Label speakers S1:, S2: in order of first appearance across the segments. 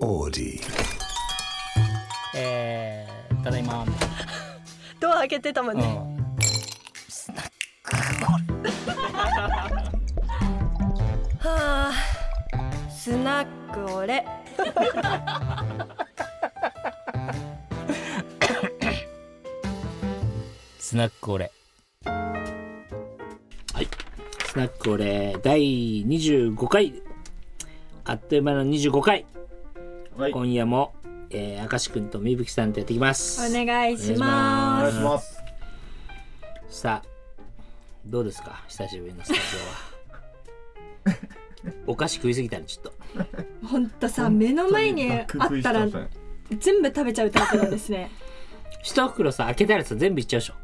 S1: オーディ
S2: えー、ただいま、
S3: ドア開けてたもん
S2: う
S3: ね、
S2: ん、
S3: はあスナックオレ
S2: スナックオレはいスナックオレ第25回あっという間の25回、
S4: はい
S2: 今夜も、えー、明石くんとみぶきさんとやっていきます
S3: お願いしま
S4: お願い
S3: す
S4: します。
S2: さあどうですか久しぶりのスタジオ はお菓子食いすぎたねちょっと
S3: ほんとさ目の前にあったら
S4: い
S3: 全部食べちゃうタイプなんです ね
S2: 一袋さ開けたやつ全部いっちゃうでしょ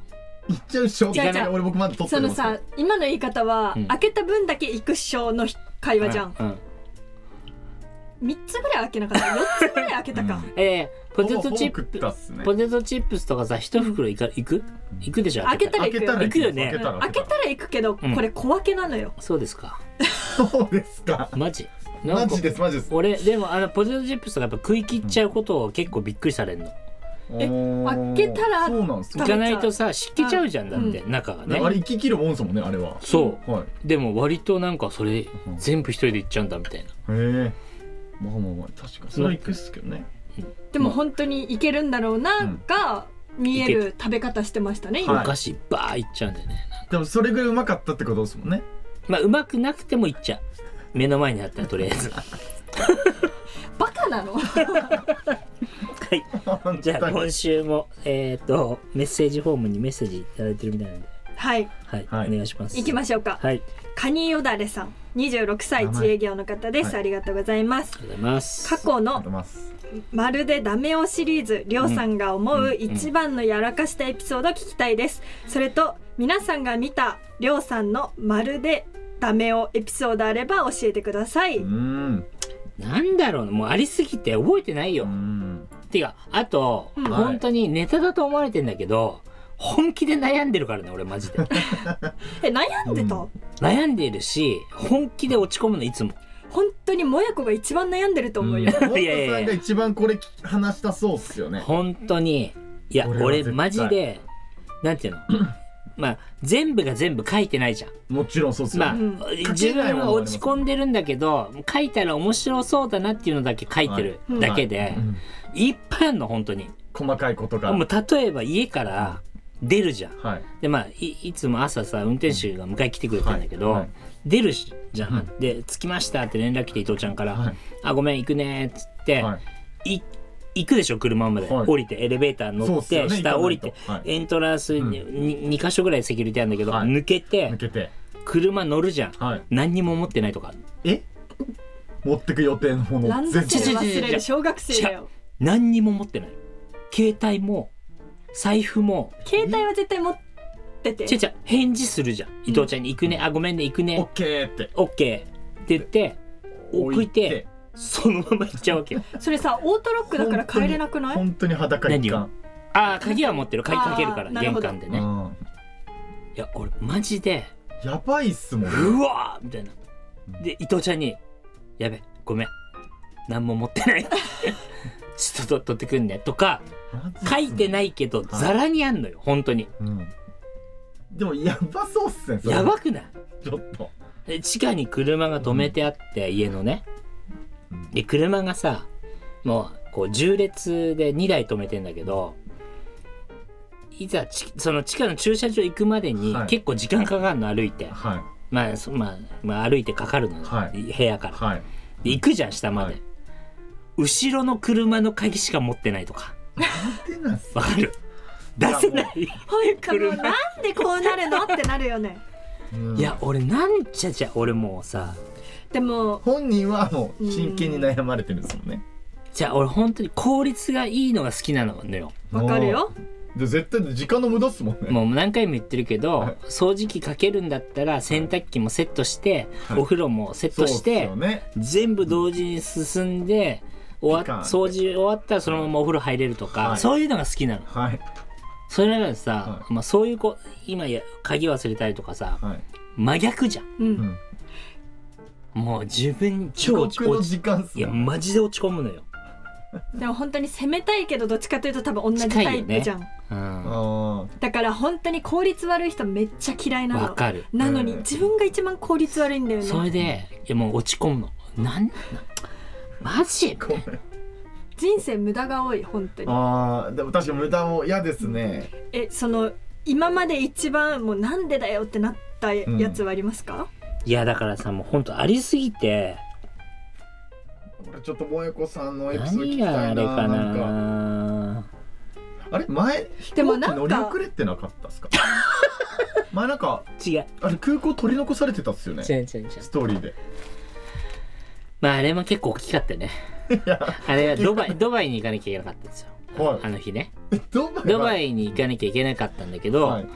S4: っちゃうっしょ。
S3: じゃあじゃあ
S4: 俺僕まだ撮っ
S3: そ
S4: てま
S3: の
S4: す。
S3: さ今の言い方は、
S2: うん
S3: 開けた分だけ行くっしょの会話じゃん、
S2: うん
S3: 三3つぐらい開けなかった4つぐらい開けたか
S2: えー、ポ
S4: ほぼ
S2: テトチッ
S4: ほぼ食
S2: プ
S4: ったっすね
S2: ポテトチップスとかさ一袋いかいくいくでしょ
S3: 開けたら
S4: 開
S3: 行
S4: け
S3: く
S4: たら
S2: 行くよね
S4: 開けたら
S3: 開けたら行くけど、
S2: うん
S3: これ小分けなのよ
S2: そうですか
S4: そうですか。
S2: マジな
S4: マ
S2: んか
S4: ジですマジです。
S2: 俺でもあのポテトチップスとかやっぱ食い切っちゃうことを結構びっくりされるの、
S3: え
S4: おー
S3: 開けたら
S4: そうなんです
S3: 食べ
S2: い
S4: よ
S3: ち
S2: か
S3: ゃう
S2: ないとさ湿気ちゃうじゃんだって、
S3: う
S2: 中が
S4: あれ
S2: ね
S4: 一気切るもんですもんねあれは。
S2: そ
S4: はい。
S2: うでも割となんかそれ
S4: うん
S2: 全部一人でいっちゃうんだみたいな
S4: へえ。まあまあまあ確かにそれは行くっすけどね。
S3: でも本当に行けるんだろうな
S4: うん
S3: が見える食べ方してましたね、
S4: は
S3: 今
S2: お
S4: い
S2: 菓子バーいっちゃうんだよね
S4: でもそれぐらいうまかったってことですもんね。
S2: まあうまくなくてもいっちゃう目の前にあったらとりあえずは
S3: バカなの
S2: い じゃあ今週もえっ、とメッセージフォームにメッセージいただいてるみたいなんで
S3: はい
S2: はい、
S4: はい
S2: お願いします
S3: 行きましょうか、
S2: はい
S3: カニよだれさん26歳
S4: 名前
S3: 自営業の方です、
S4: はい
S3: ありがとうございます
S2: ありがとうございます
S3: 過去
S4: ありが
S3: の
S4: とうございます。
S3: まるでダメをシリーズりょうさんが思う一番のやらかしたエピソード聞きたいですそれと皆さんが見たりょうさんのまるでダメをエピソードあれば教えてください、
S4: うーん。
S2: なんだろうなもうありすぎて覚えてないうよ、
S4: ーん。
S2: ていうかあと、
S3: うん
S2: 本当にネタだと思われてんだけど本気で悩んでるからね俺マ ジで
S3: え悩んでた、
S4: う
S2: 悩んでいるし本気で落ち込むのいつも
S3: 本当にもやこが一番悩んでると思うよ、
S4: うん
S2: いやいやいや
S4: 太田さんが一番これ聞き話したそうっすよね。
S2: 本当にいや
S4: 俺
S2: 俺
S4: は絶対
S2: マジでなんていうの まあ全部が全部書いてないじゃん
S4: もちろんそうっす
S2: まあ、
S4: よ
S3: う
S4: ね。
S3: ん
S2: 自分は落ち込んでるんだけど書いたら面白そうだなっていうのだけ書いてる
S3: はい
S2: だけで、
S4: うん
S2: いっぱいあんの本当に
S4: 細かいことが。
S2: もう例えば家から出るじゃん
S4: はい。
S2: でまあいいつも朝さ運転手が迎え来てくれたんだけど、
S4: はいはい
S2: 出るしじゃん、
S4: う
S2: で着きましたって連絡来て伊藤ちゃんから「
S4: はい
S2: あごめん行くね」っつって、
S4: はい。
S2: い行くでしょ車まで、
S4: はい
S2: 降りてエレベーター乗
S4: そう
S2: っ
S4: っすよ
S2: て、
S4: ね
S2: 下降りて
S4: 行、かないとは
S2: エントランスに,、に2箇所ぐらいセキュリティあるんだけど、
S4: はい
S2: 抜けて
S4: 抜けて。
S2: 車乗るじゃん、
S4: はい。
S2: 何にも持ってないとか
S4: え持ってく予定のもの
S3: ランド
S4: 全
S3: セル
S4: 部
S3: 忘れる小学生だよ
S2: 何にも持ってない携帯も財布も
S3: 携帯は絶対持ってて
S2: ちゃちゃ返事するじゃん伊藤ちゃんに「行くね、あごめんね行く
S4: オッ
S2: ね
S4: ケーって
S2: オッケー」って言って置いてそのまま行っちゃうわけよ
S3: それさオートロックだから帰れなくない
S4: 本当に裸一貫
S2: ああ鍵は持ってる鍵かけるか
S3: あ
S2: ら
S3: ーなる
S2: 玄
S3: ほど
S2: 関でね
S4: うん
S2: いや俺マジで
S4: やばいっすもん
S2: うわーみたいなで伊藤ちゃんに「やべごめん何も持ってない ちょっと取ってくんね」とか書いて
S4: い、
S2: ないけどざらにあんのよ本当に
S4: うんでもやばそうっすねそれ
S2: やばくない
S4: ちょっと
S2: で地下に車が止めてあって、家のね
S4: うん
S2: で車がさもうこう縦列で2台止めてんだけどいざちその地下の駐車場行くまでに
S4: はい
S2: 結構時間かかるの歩いて、
S4: はい
S2: まあそまあ、まあ歩いてかかるのよ、
S4: はい
S2: 部屋から
S4: はい
S2: で行くじゃん下まで、
S4: はい
S2: 後ろの車の鍵しか持ってないとか
S4: 出ないっす
S2: わかる出せないい
S3: 本当もう
S2: 車
S3: なんでこうなるのってなるよね
S4: うん
S2: や俺なんちゃちゃ俺もうさ
S3: でも
S4: 本人はもう真剣に悩まれてるんですもんね
S2: じゃあ俺本当に効率がいいのが好きなのよ
S3: わかるよ
S4: で絶対時間の無駄っすもんね
S2: もう何回も言ってるけど
S4: はい
S2: 掃除機かけるんだったら洗濯機もセットして
S4: はい
S2: お風呂もセッ
S4: そう
S2: ト
S4: っす
S2: して
S4: よね
S2: 全部同時に進んで終わっ
S4: ピカ
S2: 掃除終わったらそのままお風呂入れるとか
S4: はい
S2: そういうのが好きなの
S4: はい
S2: それならさ
S4: は
S2: まあそういう子今や鍵忘れたりとかさ
S4: はい
S2: 真逆じゃん
S3: う
S4: うんん
S2: もう自分超
S4: 遅
S2: 落ち
S4: 刻の時間っす
S2: いや
S4: ね
S2: マジで落ち込むのよ
S3: でも本当に攻めたいけどどっちかというと多分同じタイプじゃん、
S2: うん
S4: あ
S3: だから本当に効率悪い人めっちゃ嫌いな
S2: わ
S3: の
S2: かる
S3: なのに
S4: うん
S3: 自分が一番効率悪いんだよ
S2: そ
S3: ね
S2: れでいやもう落ち込むのなんマジ
S4: ーごめん
S3: 人生無駄が多い本当に
S4: あーでも確かに無駄も嫌ですね
S3: えその今まで一番もうなんでだよってなったやつはありますか、
S2: いやだからさもうほんとありすぎて
S4: 俺ちょっと萌子さんのエピソード聞
S2: 何
S4: きた
S2: があ
S4: い
S2: れ
S4: な
S2: か
S4: なんか
S2: な
S4: あれ前
S3: でもなんか
S4: 飛行機乗り遅れってなかったっすか 前なんか
S2: 違う
S4: あれ空港取り残されてたっすよね
S2: 違う違う違う
S4: ストーリーで
S2: まああれも結構大きかったねあれはドバイドバイに行かなきゃいけなかったんですよ
S4: はい
S2: あの日ね
S4: えドバイ
S2: ドバ
S4: イ
S2: イに行かなきゃいけなかったんだけど、
S4: はい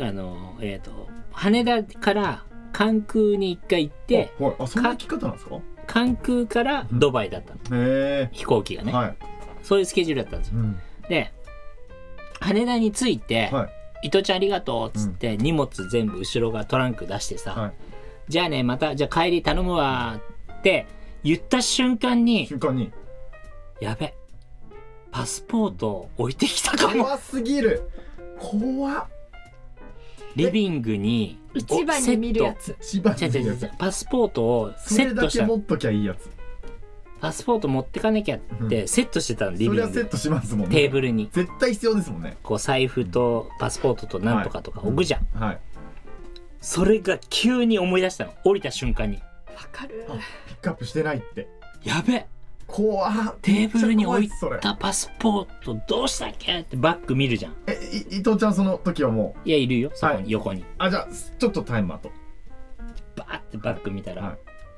S2: あのえっ、と羽田から関空に一回行って
S4: あはいあそんな聞き方なんですかへ
S2: 関空からドバイだったの
S4: え
S2: 飛行機がね、
S4: はい
S2: そういうスケジュールだったんですよ
S4: うん
S2: で羽田に着いて
S4: は
S2: 「伊藤ちゃんありがとう」っつって、荷物全部後ろがトランク出してさ「
S4: はい
S2: じゃあねまたじゃあ帰り頼むわ」って言った瞬間に
S4: 瞬間に
S2: 「やべパスポート置いてきたかも
S4: 怖すぎる怖っ」
S2: リビングに
S3: 一番に見るやつ
S4: 一番
S2: セット違う違う違うパスポートを
S4: そ
S2: セ
S4: れ
S2: ッ
S4: だ
S2: トし
S4: け
S2: た
S4: 持っときゃいいやつ
S2: パスポート持ってかなきゃっ
S4: う
S2: てセットしてたのリビ
S4: そ
S2: ン
S4: れはセ
S2: グ
S4: ットしますもんね
S2: テーブルに
S4: 絶対必要ですもんね
S2: こう財布とパスポートとなんとかとか置くじゃん、
S4: はい
S2: それが急に思い出したの降りた瞬間に
S3: わかる
S4: あピックアップしてないって
S2: やべ
S4: 怖っ
S2: テーブルに置い
S4: めっちゃ怖っすそ
S2: た
S4: れ
S2: パスポートどうしたっけってバッグ見るじゃん
S4: えい伊藤ちゃんその時はもう
S2: いやいるよそこに、
S4: はい
S2: 横に
S4: あじゃあすちょっとタイム後
S2: バーってバッグ見たら、、
S4: は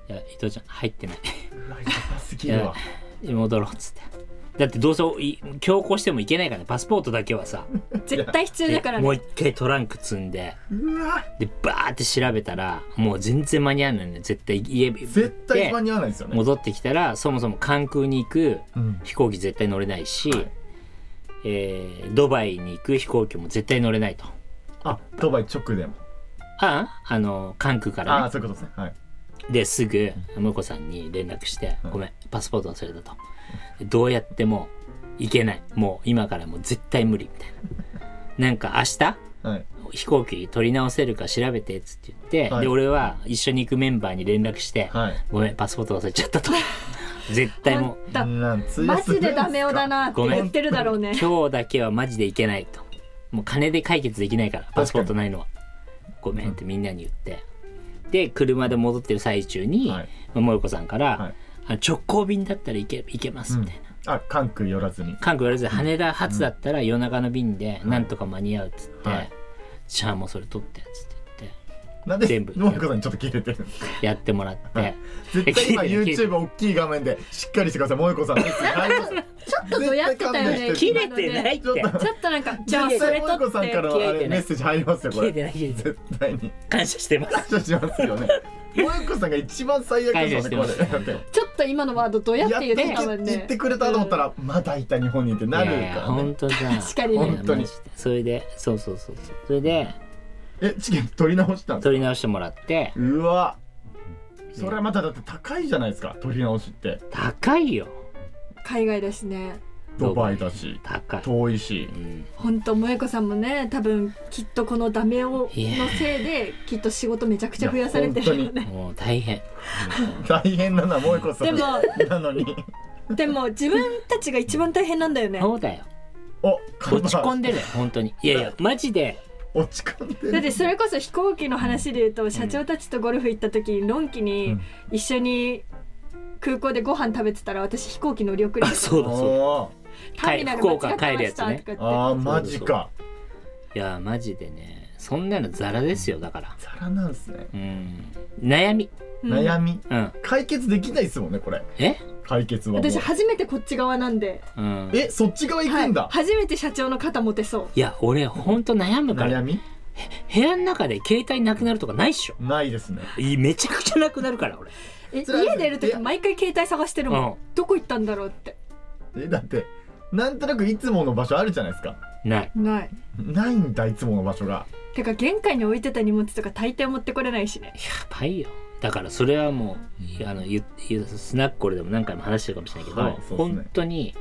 S4: い
S2: や伊藤ちゃん入 ってな
S4: うわ痛すぎるわ
S2: い戻ろうっつってだってどうせい強行してもいけないからねパスポートだけはさ
S3: 絶対必要だから
S2: でもう
S3: ね
S2: 一回トランク積んで
S4: うわ
S2: でバーって調べたらもう全然間に合わないのよ絶対家
S4: 絶対間に合わないですよね
S2: 戻ってきたらそもそも関空に行く
S4: うん
S2: 飛行機絶対乗れないし、
S4: はい
S2: えードバイに行く飛行機も絶対乗れないと
S4: あドバイ直でも
S2: ああの関空から、ね
S4: あ、そういうことですねはい
S2: ですぐ向子さんに連絡して「
S4: うん
S2: ごめんパスポート忘れた」と「どうやっても行けないもう今からもう絶対無理」みたいななんか明日
S4: はい
S2: 飛行機取り直せるか調べてっつって言って、
S4: はい
S2: で俺は一緒に行くメンバーに連絡して
S4: はい
S2: 「ごめんパスポート忘れちゃった」と 「絶対もう
S3: ほんと
S4: なん通用
S3: マ
S4: する
S3: ジ
S4: ん
S3: で
S4: すか
S3: ダメ男だなって
S2: ごめん
S3: 言ってるだろうね
S2: 今日だけはマジで行けない」と「もう金で解決できないからパスポートないのはごめん」ってみんなに言ってで車で戻ってる最中に、
S4: はい
S2: 萌子さんから、
S4: はい
S2: あの直行便だったらいけいけますみたいな、
S4: あ関空寄らずに
S2: 韓国言われず羽田発だったら夜中の便で
S4: ん
S2: なんとか間に合うっつって、
S4: はい
S2: じゃあもうそれ取ってっつって言っ
S4: なんで
S2: 全部
S4: ノアコさんにちょっと切れてるんですか
S2: てやってもらって、
S4: はい絶対今
S2: 切れてる切れて
S4: YouTube 大きい画面でしっかりしてください萌子さんです
S3: ちょっとどやってたよね
S2: 切れてないって
S4: ちょっと
S3: ちょっとなんか じゃあそれ
S4: 萌
S3: と
S4: 子
S3: っ
S4: さん
S3: て
S4: からのあれメッセージ入りますよこ
S2: 切れて
S4: れ
S2: ない切れてない
S4: 絶対に
S2: 感謝してます
S4: 感謝しますよね萌子さんが一番最悪ですよね
S2: 感謝して
S4: こ
S2: ます
S4: れ
S3: ちょっと今のワードどやって言ってたもん
S4: 言
S3: ね
S4: ってくれたと思ったらまだいた日本にってなる
S2: いやいや
S4: からね
S2: 本当じゃ
S3: 確かにね
S4: 本当に
S2: それでそうそうそうそうそれで
S4: えチケット取り直したんですか
S2: 取り直してもらって
S4: うわそれはまただって高いじゃないですか取り直しって
S2: 高いよ
S3: 海外だしね
S4: ドバイだし
S2: 高い、
S4: 遠いし
S2: うん、
S3: 本当萌子さんもね多分きっとこのダメ男のせいできっと仕事めちゃくちゃ増やされてるよね
S2: もう大 変
S4: 大変なのは萌子さ
S3: で
S4: ん
S3: も
S4: なのに
S3: でも自分たちが一番大変なんだよね
S2: そうだよ
S4: お
S2: 落ち込ん
S4: で
S2: でるよ本当にいやいやマジ で
S4: 落ち込んでる
S3: だってそれこそ飛行機の話で言うと社長たちとゴルフ行った時にのんき
S4: う
S3: に
S4: ん
S3: 一緒に空港でご飯食べてたら私飛行機乗り遅れ
S2: あ
S3: て
S2: そうだそうだ
S4: おー
S3: ターミナル間違ってました
S2: 帰
S3: と
S2: る
S3: か言って
S4: あーマジか
S2: いやマジでねそんなのザラですよだから
S4: ザラなんですね
S2: うん悩み
S3: うん
S4: 悩み
S2: うん
S4: 解決できないですもんねこれ
S2: え
S4: 解決はもう
S3: 私初めてこっち側なんで、
S2: うん
S4: えそっち側行
S3: は
S4: く
S3: い
S4: んだ、
S3: 初めて社長の肩持てそう
S2: いや俺ほんと悩むか
S4: 悩
S2: ら
S4: み
S2: 部屋の中で携帯なくなるとかないっしょ
S4: ないですね
S2: いめちゃくちゃなくなるから俺
S3: え
S4: 辛いで
S3: 家
S4: す
S3: 出る時毎回携帯探してるもん、
S2: う
S3: どこ行ったんだろうって
S4: えだってなんとなくいつもの場所あるじゃないですか
S2: んない
S3: ない
S4: ないんだいつもの場所が
S3: てか玄関に置いてた荷物とか大抵持ってこれないしね
S2: やばいよだからそれはもうあのゆゆスナックこれでも何回も話してるかもしれないけど、
S4: はいそうっすね
S2: 本当に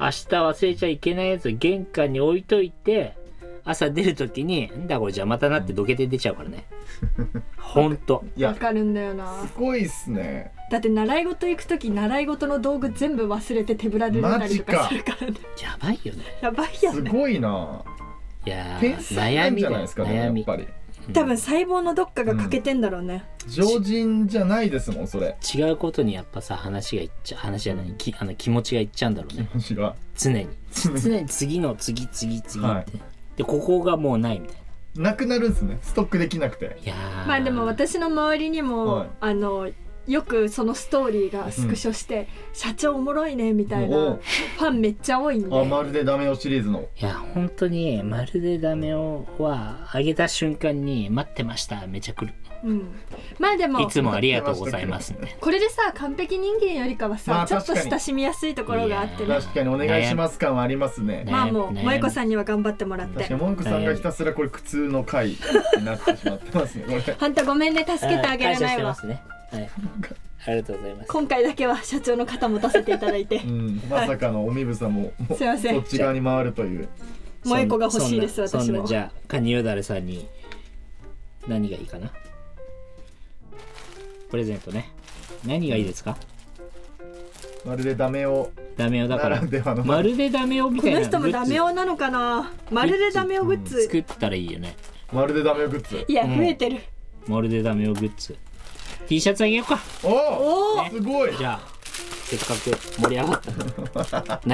S2: 明日忘れちゃいけないやつを玄関に置いといて朝出る時に「なんだこれ邪魔だな」ってどけて出ちゃうから ねほんと
S4: い
S3: わ
S4: や
S3: かるんだよな
S4: すごいっすね
S3: だって習い事行く時習い事の道具全部忘れて手ぶらで出たりとか
S4: マ
S3: す
S4: ジ
S3: るからね
S2: やばいよね
S3: やばいよ
S4: す
S3: ね
S4: ごいない
S2: やー
S4: 天才な
S2: 悩
S4: ん
S2: み
S4: じゃ
S2: だ
S4: ない
S2: よ
S4: ですかねや
S2: 悩
S4: っ
S2: み
S4: ぱり
S2: うん
S3: 多分細胞のどっかが欠けてんだろうね、
S4: 常人じゃないですもんそれ
S2: 違うことにやっぱさ話がいっちゃ話じゃないきあの気持ちがいっちゃうんだろう
S4: 気
S2: ね
S4: 持ちが
S2: 常 に常に次の次次次って、
S4: はい
S2: でここがもうないみたい
S4: なくなるんですねストックできなくて
S2: ないやー
S3: まあでも私の周りにも、
S4: はい
S3: あのよくそのストーリーがスクショして「社長おもろいね」みたい
S4: お
S3: な
S4: う
S3: ファンめっちゃ多いんで
S4: あまるでダメよシリーズの
S2: いや本当にまるでダメをは上げた瞬間に待ってましためちゃくる
S3: うん、まあでも
S2: いつもありがとうございますね
S3: これでさ完璧人間よりかはさ、
S4: まあ
S3: ちょっと
S4: 確かに
S3: 親しみやすいところがあって
S2: いや
S3: ね
S4: 確かにお願いします感はありますね
S2: ね
S3: まあもう
S2: ね
S3: 萌子さんには頑張ってもらっ
S4: 確か
S3: て
S4: に文句さんがひたすらこれ苦痛の回になってしまってますねこれ
S3: 「あんたごめんね助けてあげれ
S2: 感謝
S3: な
S2: し
S3: い
S2: てま
S3: わ
S2: すねはいありがとうございます
S3: 今回だけは社長の肩持たせていただいて
S4: うんまさかのおみぶさんももう
S3: すいません
S4: そっち側に回るという
S3: 萌子が欲しいです
S2: そんな
S3: 私
S2: そんな
S3: も
S2: じゃあカニヨダレさんに何がいいかなプレゼントね何がいいですか
S4: まるでダメを
S2: ダメをだ
S4: な
S2: からら
S4: ではの
S2: まるでダメをみ
S3: こ
S2: たいな
S3: の人もダメ
S2: を
S3: 男なのかなまるでダメ男グッズ
S2: 作ったらいいよね
S4: まるでダメをグッズ
S3: いや
S2: うん
S3: 増えてる
S2: まるでダメをグッズ T シャツあげようか
S4: おお
S3: おお
S4: すごい
S2: じゃあせっかく盛り上がった の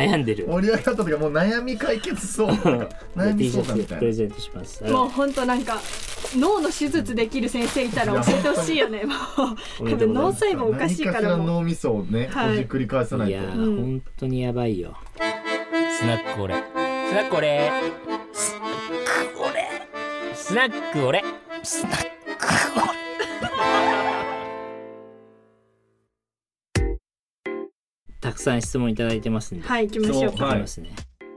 S2: に悩んでる
S4: 盛り上がったというかもう悩み解 決そう悩み
S2: T シ
S4: 相談
S2: ャツ
S4: みたい
S2: プ
S4: な
S2: レゼントします
S3: もうほんとなんか脳の手術できる先生いたら教えてほしいよねも
S2: お
S3: う
S2: め
S3: 多
S2: でとう
S3: 分
S2: ござい
S3: 脳
S2: ます
S3: 細胞おかしいか
S4: 何
S3: ら
S4: しら
S3: もう
S4: 脳みそをね、
S3: はい
S4: ほじくり返さない
S2: い
S4: と
S2: やー、
S3: うん
S2: 本当にやばいよスナックオレスナックオレスナックオレスナックオレスナックオ レたくさん質問いただいてますんで、
S3: はい行きましょう
S4: そう
S2: いきますね、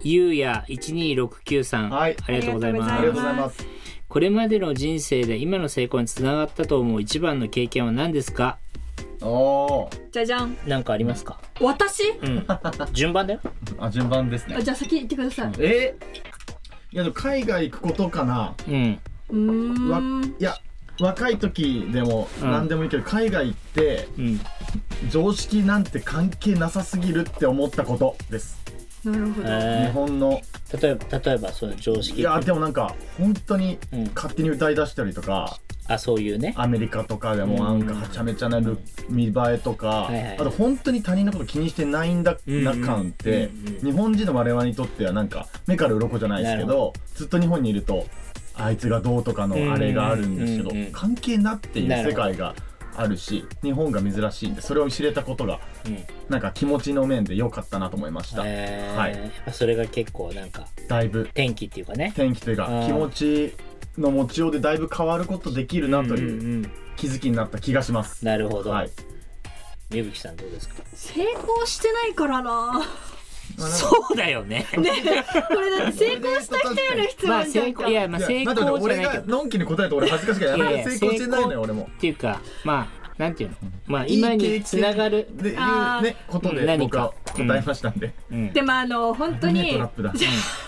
S2: ゆうや一二六九さん、
S4: はい
S2: ありがとうござい
S4: あ
S2: ま
S4: りがと
S2: す
S4: うございます
S2: これまでの人生で今の成功につながったと思う一番の経験は何ですか
S4: おお
S3: じゃじゃん
S2: なんかありますか
S3: 私
S2: うん 順番だよ
S4: ーあ順番です
S3: あ
S4: ね
S3: じゃあ先行ってください
S4: えいやでも海外行くことかな
S2: うん
S3: うーん
S4: いや若い時でも
S2: うん
S4: 何でもいいけど、海外行って
S2: うん
S4: 常識なんて関係なさすぎるって思ったことです、
S3: なるほど
S2: え
S4: 日本の
S2: ー例えば例えばそういう常識
S4: いやでもなんか本当に
S2: うん、
S4: 勝手に歌い出したりとか
S2: あそういうね
S4: アメリカとかでもなんかはちゃめちゃなル見栄えとか、
S2: はいはい
S4: あと本当に他人のこと気にしてないんだ、
S2: うん
S4: な感って、
S2: うんうん
S4: 日本人の我々にとってはなんか目から鱗じゃないです
S2: な
S4: け
S2: る
S4: どずっと日本にいるとあいつがどうとかのあれがあるんですけど、
S2: うんうんうん
S4: 関係なっていう
S2: なる
S4: 世
S2: ほど
S4: 界があるし日本が珍しいんでそれを知れたことが
S2: うん
S4: なんか気持ちの面で良かったなと思いました、
S2: えー
S4: はい
S2: やっぱそれが結構なんか
S4: だいぶ
S2: 天気っていうかね
S4: 天気という
S2: あ
S4: か
S2: ー
S4: 気持ちの持ちようでだいぶ変わることできるなと
S2: ん
S4: いうん
S2: ん
S4: 気づきになった気がします、
S2: なるほど、
S4: はい、
S2: みぶきさんどうですか
S3: 成功してないからな
S4: まあなんか
S2: そうだよ ね
S3: これだって成功した人への質
S2: まあ
S3: 問じゃ
S2: 成
S3: んか
S2: 功いやまあ
S4: い
S2: 成
S4: やなんだろう
S2: 功じゃ
S4: 俺
S2: ないけ
S4: が
S2: ど
S4: のんきに答えて俺恥ずかしいからや
S2: い
S4: め
S2: やい
S4: て
S2: や
S4: 成功してないのよ俺も
S2: っていうかまあなんていうのまあ今につながる
S4: いい経験で
S3: あー
S4: いうねこと
S2: う
S4: で
S2: ん
S4: 僕は
S2: 何か
S4: 答えましたんで
S2: うん
S3: でもあの本当
S4: ダメ
S3: に
S4: トラップだ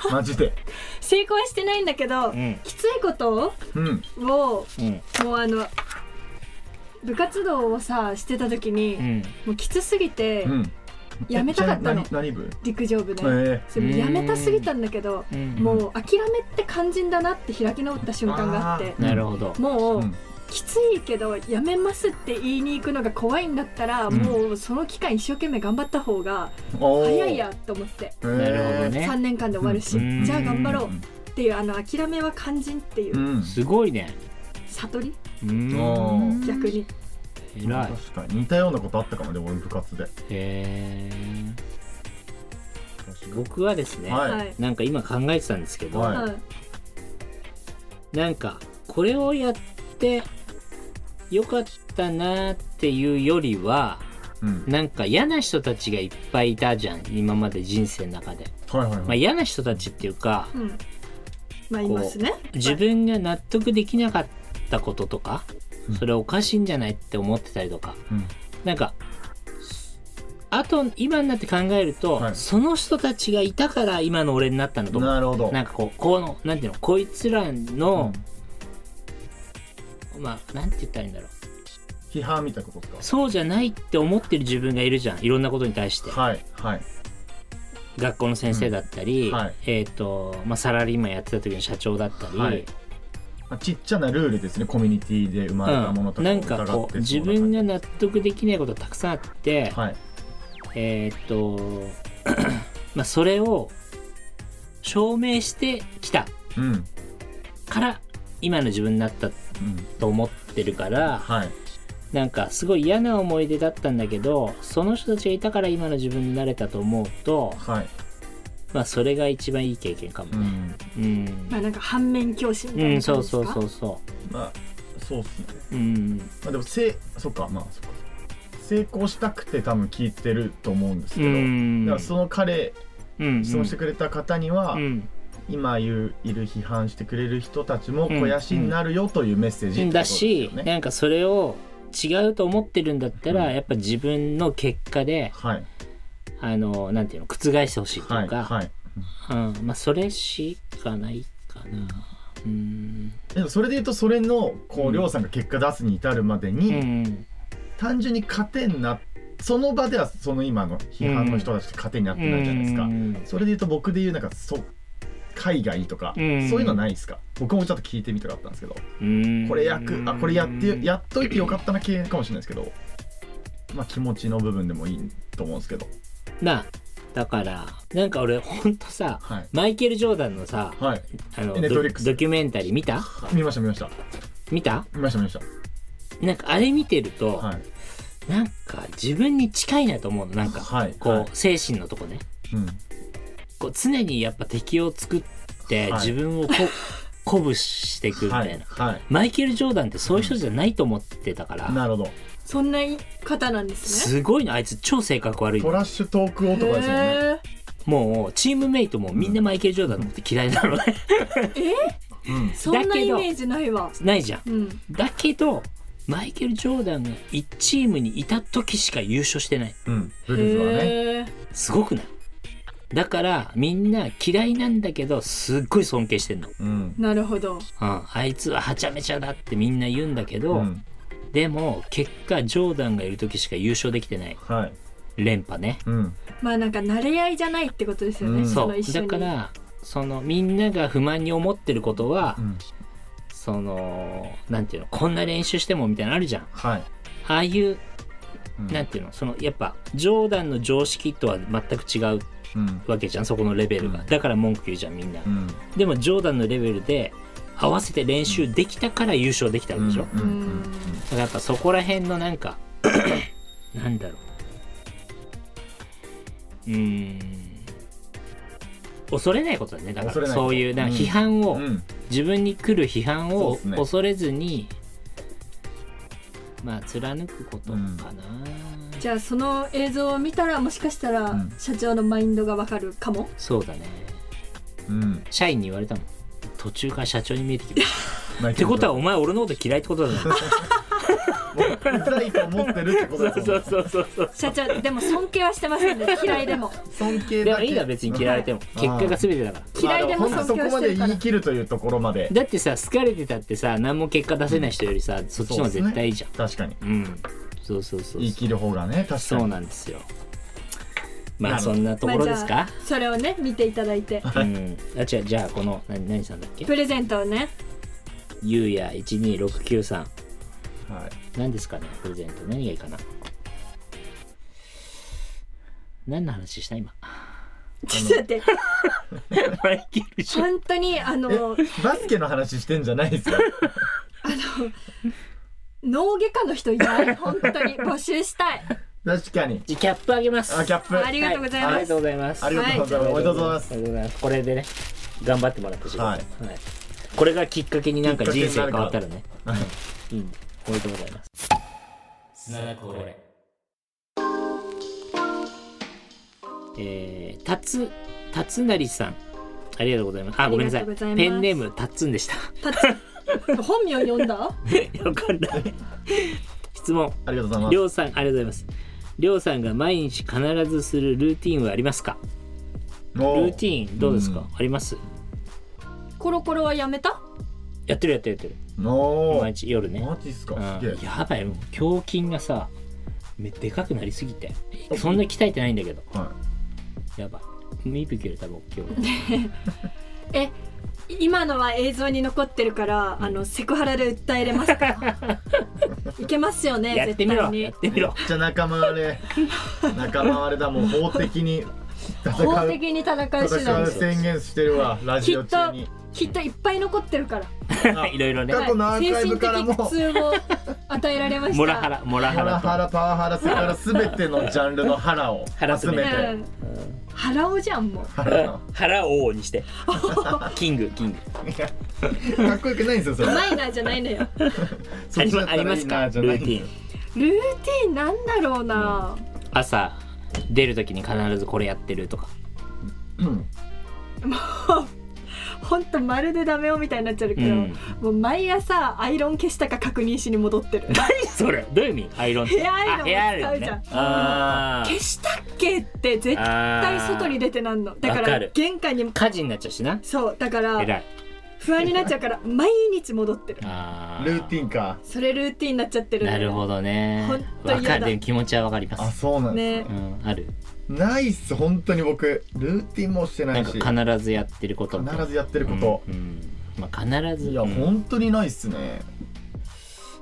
S4: マジで
S3: 成功はしてないんだけど、
S2: うん
S3: きついこと
S4: うん
S3: をも
S2: うん
S3: うあの部活動をさしてた時に、
S2: うん
S3: もうきつすぎて、
S4: うん
S3: やめたかったの
S4: えちなみに何何部
S3: 陸上部で、
S4: え
S3: それもやめたすぎたんだけど、
S2: うん
S3: もう諦めって肝心だなって開き直った瞬間があって
S4: あ
S2: なるほど
S4: ー
S3: もう、
S4: うん
S3: きついけどやめますって言いに行くのが怖いんだったら、
S4: うん
S3: もうその期間一生懸命頑張った方が
S4: おー
S3: 早いやと思って、
S4: えー
S2: なるほど
S3: 3
S2: ね
S3: 年間で終わるし、
S2: うん
S3: じゃあ頑張ろうっていうあの諦めは肝心っていううん
S2: すごいね
S3: 悟り
S2: うー
S4: お
S2: ん
S4: ー
S3: 逆に
S2: 偉い
S4: 確かに似たようなことあったかもね俺部活で
S2: へー僕はですね、
S4: はい
S3: はい、
S2: なんか今考えてたんですけど、
S4: はい
S3: はい
S2: なんかこれをやってよかったなっていうよりは
S4: うん
S2: なんか嫌な人たちがいっぱいいたじゃん今まで人生の中で、
S4: はいはい
S2: ま
S4: は
S2: あ、
S4: い
S2: 嫌な人たちっていうか
S3: うん、まあいますね
S2: 自分が納得できなかったこととか
S4: うん
S2: それおかしいんじゃないって思ってたりとか
S4: うん
S2: なんかあと今になって考えると、
S4: はい
S2: その人たちがいたから今の俺になったんだと思う
S4: なるほど
S2: なんかこうこのなんていうのこいつらの、まあなんて言ったらいいんだろう
S4: 批判みたいなことです
S2: そうじゃないって思ってる自分がいるじゃんいろんなことに対して、
S4: かはいはい
S2: 学校の先生だったり、
S4: うんはい
S2: えっ、と、まあ、サラリーマンやってた時の社長だったり、
S4: はいまあちっちゃなルールですねコミュニティで生まれたもの
S2: う
S4: と
S2: ん、
S4: か
S2: なんかこう自分
S4: が
S2: が納得できないことたくさんあって、
S4: はい
S2: えっ、と まあそれを証明してきた
S4: うんうん
S2: から今の自分になったと思ってるから
S4: はい
S2: なんかすごい嫌な思い出だったんだけどその人たちがいたから今の自分になれたと思うと
S4: はい
S2: まあそれが一番いい経験かも
S4: う
S2: ね。
S4: ん
S2: うん
S3: まあなんか反面教師みた
S2: う
S3: い
S2: ん、
S3: な
S2: そ
S3: 感
S2: う
S3: じですか、
S2: そうそうそ
S4: まあそうっすね
S2: う。うん、
S4: まあでもせいそっかまあそっか成功したくて多分聞いてると思うんですけ
S2: う
S4: ど、
S2: ん、
S4: だからその彼
S2: うん
S4: 質問してくれた方には、
S2: うん
S4: 今いういる批判してくれる人たちも肥やしになるよというメッセージってこと
S2: だ
S4: ですよ
S2: し、
S4: ね、
S2: なんかそれを違うと思ってるんだったら、
S4: うん
S2: やっぱ自分の結果で
S4: はい
S2: あのなんていうの覆してほしいと
S4: はいいう
S2: か、
S4: はい
S2: うん、まあそれしかないかなうん、
S4: でもそれで言うとそれのこ
S2: う
S4: うん亮さんが結果出すに至るまで
S2: う
S4: に、
S2: ん、
S4: 単純に糧になその場ではその今の批判の人たちって糧になってないじゃないですか、
S2: うん
S4: それで言うと僕で言うなんかそ海外とか、
S2: うん
S4: そういうのないですか僕もちょっと聞いてみたかったんですけど、
S2: うん
S4: これ役あこれやってやっといてよかったな系かもしれないですけどまあ気持ちの部分でもいいと思うんですけど
S2: なだからなんか俺ほんとさ
S4: はい
S2: マイケル・ジョーダンのさ
S4: はい
S2: あのド
S4: Netflix
S2: ドキュメンタリー見た
S4: 見ました見ました
S2: 見た
S4: 見ました見まし
S2: なんかあれ見てる
S4: た
S2: と、
S4: はい
S2: なんか自分に近いなと思うのなんか
S4: はい
S2: こう、
S4: はい
S2: 精神のとこね
S4: うん
S2: こう常にやっぱ敵を作って
S4: はい
S2: 自分を こ、鼓舞していくみた
S4: はい
S2: な、
S4: いは
S2: マイケル・ジョーダンってそういう人じゃないと思ってたから、
S4: いなるほ
S3: そんな言い方なんですね
S2: すごいのあいつ超性格悪
S4: ど
S2: い
S4: ト
S2: の
S4: ラッシュトーク男ですもんね
S3: へ
S2: もうチームメイトもみんなマイケル・ジョーダンのこと嫌いなのね、
S4: うん
S3: ーそんなイメージないわ
S2: ないじゃん
S3: うん
S2: だけどマイケル・ジョーダンが1チームにいた時しか優勝してない
S4: うんブルーズはね
S3: へー
S2: すごくないだからみんな嫌いなんだけどすっごい尊敬してんの、うん、
S4: うん
S3: なるほど
S2: あいつははちゃめちゃだってみんな言うんだけ
S4: う
S2: ど、
S4: ん
S2: でも結果ジョーダンがいる時しか優勝できてない
S4: はい
S2: 連覇ね、
S4: うん
S3: まあなんか慣れ合いじゃないってことですよね、
S4: うん
S2: そ
S3: その
S2: う
S3: 一緒
S2: だ
S3: に
S2: からそのみんなが不満に思ってることは、
S4: うん
S2: そのなんていうのこんな練習してもみたいなのあるじゃん
S4: はい
S2: ああいう
S4: うん
S2: なんていうのそのやっぱジョーダンの常識とは全く違う
S4: うん
S2: わけじゃんそこのレベルが、
S4: うん
S2: だから文句言うじゃんみんな、
S4: うん
S2: でもジョーダンのレベルで合わせて練習できたから優勝できたわけでしょ、
S4: うんうんうん
S2: だからやっぱそこら辺のなんか なんだろううーん恐れないことだねだか
S4: 恐
S2: ら
S4: れないこと
S2: そういうなんか
S4: うん
S2: 批判を、
S4: うん
S2: 自分に来る批判
S4: そう
S2: を
S4: っすね
S2: 恐れずに、まあ貫くことかな、
S3: じゃあその映像を見たらもしかしたら
S4: うん
S3: 社長のマインドがわかるかも、
S2: そうだね
S4: うん
S2: 社員に言われたもん途中から社長に見えてきたっ
S4: って
S2: ことはお前俺のこと嫌いってことだ な
S4: 僕うざいと思ってるってこと
S2: そ
S4: だ
S2: う
S4: と思
S2: そうそうそうそう
S3: 社長でも尊敬はしてますよね嫌いでも
S4: 尊敬
S2: で
S4: だ
S2: も
S4: け
S2: いいな別に嫌われても結果が全てだから
S3: 嫌いでも
S4: まあ
S3: 尊
S4: も
S3: 敬は
S4: 本当そこ
S3: し
S4: ま
S3: て
S4: で
S3: るか
S4: 言い
S3: ら
S4: 切るというところまで
S2: だってさ好かれてたってさ何も結果出せない人よりさ、そっちの方が絶対いいじゃん
S4: 確かに
S2: うんそうそうそう
S4: 言い切る方がね確か
S2: そう
S4: に
S2: なんですよま
S4: な
S2: あ
S4: るほ
S2: そ
S4: ど
S2: んなところです
S3: まあ
S2: か、
S3: じゃあそれをね見ていただいて
S2: うんあじゃあじゃあこの何何さんだっけ
S3: プレゼントをね
S2: ゆうや12693さん
S4: はい
S2: 何ですかねプレゼント何がいいかな何の話した 今
S3: ちょっと待って
S2: マイケル・ジョー
S3: 本当にあの
S4: バスケの話してんじゃないですよ
S3: 脳外科の人いない本当に募集したい
S4: 確かに
S2: キャップあげます
S4: あキャップ
S3: ありがとうございます、
S2: はありがとうございます
S4: ありがとうございます。おめでとうございます
S2: あ。りがとうございますこれでね頑張ってもらってほしい
S4: はい
S2: はい、これがきっかけになんか人生変わったらね
S4: はい
S2: うんおめでとうございます砂田これえー、たつたつなりさんありがとうございますあごめんなさい
S3: ありがとうございます
S2: ペンネームたっつんでした
S3: たつ本名読んだ
S2: わかんない質問
S4: ありがとうございます
S2: りょうさんありがとうございますりょうさんが毎日必ずするルーティンはありますかル
S4: お
S2: ーティンどうですか、
S4: うん
S2: あります
S3: コロコロはやめた
S2: やってるやってるやってる
S4: お
S2: 毎日夜ね
S4: マジっすかすげ
S2: う
S4: え
S2: ん、やばいもう胸筋がさめでかくなりすぎてそんな鍛えてないんだけど
S4: は
S2: やばいみぶきより多分大きい俺
S3: え今のは映像に残ってるから、
S2: うん
S3: あのセクハラで訴えれますかいけますよね
S2: やってみ
S3: 絶
S2: ろ
S3: 対
S2: や
S3: に
S2: って
S4: い
S2: み
S4: めっ
S2: ろ
S4: ちゃ仲間割れ仲間割れだもう法的に戦
S3: 法
S4: う
S3: 的に戦う手
S4: 戦
S3: 段
S4: う
S3: です
S4: 宣言してるわラジオ中に
S3: きっといっぱい残ってるから
S4: あ
S2: いろいろね
S4: 過去のアーカイブからも
S3: はい精神的苦痛を与えられました
S2: モラハラモラ
S4: ハ
S2: ハ
S4: ラ
S2: ラ
S4: ハ
S2: と
S4: ラパワハラセクハラすべてのジャンルのハラを
S2: ハラス
S4: 集
S2: メン
S4: め
S2: ト
S4: て
S3: うん腹をじゃんもう
S4: ハラ
S2: 腹を王にしてキングキング
S4: かっこよくないんですよそれ
S3: うまいなじゃないのよ
S4: そっちだったらいいな
S2: ありますか
S4: じゃないんですよ
S2: ルーテ
S3: ルーティンなんだろうな、
S2: 朝出る時に必ずこれやってるとか
S4: うん
S3: ほんとまるでダメよみたいになっちゃうけ
S2: う
S3: ど、
S2: ん
S3: もう毎朝アイロン消したか確認しに 戻ってる
S2: 何それどういう意味アイロンっ
S3: ヘ
S2: て
S3: アアイロン
S2: あヘアアイロン
S3: 使
S2: ね
S3: うじ
S2: あー
S3: 消したっけって絶対
S2: 対
S3: 外に出てなんのだか
S2: わからる
S3: 玄関に
S2: 火事になっちゃうしな
S3: そうだから
S2: 偉い
S3: 不安になっちゃうから毎日戻ってる
S2: あ
S4: ルーティンか
S3: それルーティンになっちゃってる
S2: なるほどね
S3: ほんと嫌だ
S2: わかるでも気持ちはわかりま
S4: あ
S2: す
S4: そうなんです
S3: ね
S2: うんある
S4: ないっす本当に僕ルーティンもしてな
S2: なん
S4: いし
S2: か必ずやってること
S4: 必ずやってる
S2: う
S4: こ
S2: ん
S4: と、
S2: うんまあ必ず
S4: いや
S2: うん
S4: 本当にないっすね